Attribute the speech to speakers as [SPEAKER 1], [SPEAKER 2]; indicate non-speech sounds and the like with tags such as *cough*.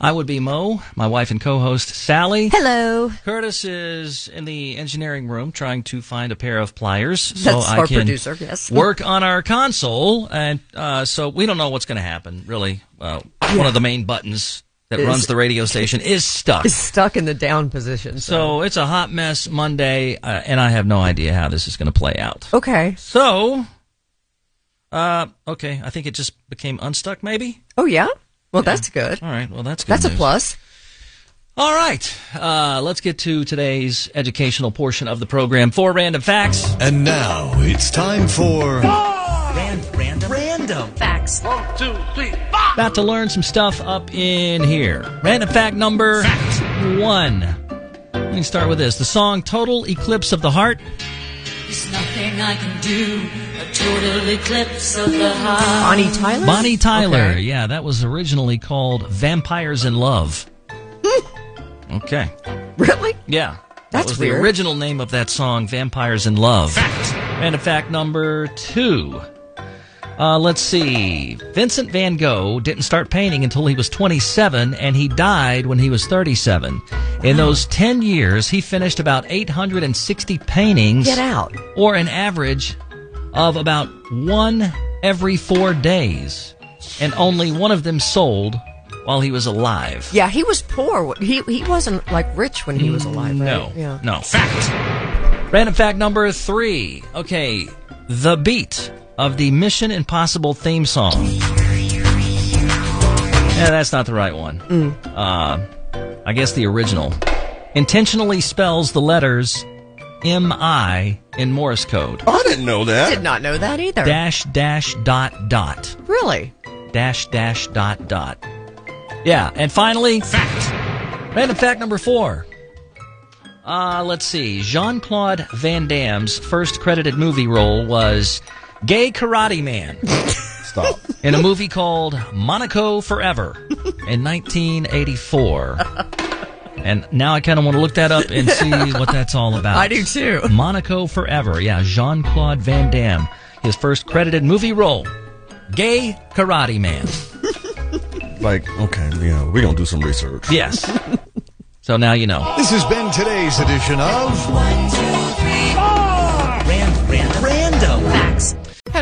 [SPEAKER 1] I would be Mo, my wife and co-host Sally.
[SPEAKER 2] Hello.
[SPEAKER 1] Curtis is in the engineering room trying to find a pair of pliers so
[SPEAKER 2] That's
[SPEAKER 1] I
[SPEAKER 2] our
[SPEAKER 1] can
[SPEAKER 2] producer, yes.
[SPEAKER 1] work on our console, and uh, so we don't know what's going to happen. Really, uh, one of the main buttons that
[SPEAKER 2] Is-
[SPEAKER 1] runs the radio station is stuck.
[SPEAKER 2] Is stuck in the down position.
[SPEAKER 1] So it's a hot mess Monday, uh, and I have no idea how this is going to play out.
[SPEAKER 2] Okay.
[SPEAKER 1] So, uh, okay, I think it just became unstuck. Maybe.
[SPEAKER 2] Oh yeah. Well, that's good.
[SPEAKER 1] All right. Well, that's good
[SPEAKER 2] That's a
[SPEAKER 1] news.
[SPEAKER 2] plus.
[SPEAKER 1] All right, uh, let's get to today's educational portion of the program. Four random facts.
[SPEAKER 3] And now it's time for
[SPEAKER 1] About to learn some stuff up in here. Random fact number one. Let me start with this. The song "Total Eclipse of the Heart"
[SPEAKER 4] There's nothing I can do. A total eclipse of the heart.
[SPEAKER 2] Bonnie Tyler.
[SPEAKER 1] Bonnie Tyler.
[SPEAKER 2] Okay.
[SPEAKER 1] Yeah, that was originally called Vampires in Love. okay.
[SPEAKER 2] Really?
[SPEAKER 1] Yeah. that
[SPEAKER 2] That's
[SPEAKER 1] was the
[SPEAKER 2] weird.
[SPEAKER 1] original name of that song, Vampires in Love. Fact. And a fact number two. Uh, let's see. Vincent van Gogh didn't start painting until he was 27, and he died when he was 37. In those 10 years, he finished about 860 paintings,
[SPEAKER 2] Get out.
[SPEAKER 1] or an average of about one every four days, and only one of them sold while he was alive.
[SPEAKER 2] Yeah, he was poor. He he wasn't like rich when he was alive. Right?
[SPEAKER 1] Mm, No.
[SPEAKER 2] Yeah.
[SPEAKER 1] No. Fact. Random fact number three. Okay. The beat of the Mission Impossible theme song. Yeah, that's not the right one. Uh, I guess the original. Intentionally spells the letters MI in Morse code.
[SPEAKER 5] I didn't know
[SPEAKER 2] Did
[SPEAKER 5] that.
[SPEAKER 2] not know that either.
[SPEAKER 1] Dash, dash, dot, dot
[SPEAKER 2] Really?
[SPEAKER 1] dash dash dot dot. Yeah, and finally, fact. Random fact number four. Uh, let's see. Jean Claude Van Damme's first credited movie role was Gay Karate
[SPEAKER 2] *laughs*
[SPEAKER 1] Man
[SPEAKER 5] Stop.
[SPEAKER 1] in a movie called Monaco Forever in 1984. And now I kind of want to look that up and
[SPEAKER 2] *laughs*
[SPEAKER 1] see what that's all about.
[SPEAKER 2] I do too.
[SPEAKER 1] Monaco Forever. Yeah, Jean Claude Van Damme. His first credited movie role Gay Karate Man.
[SPEAKER 5] Like, okay, you know, we're going to do some research.
[SPEAKER 1] Yes. so now you know.
[SPEAKER 3] this has been today's edition of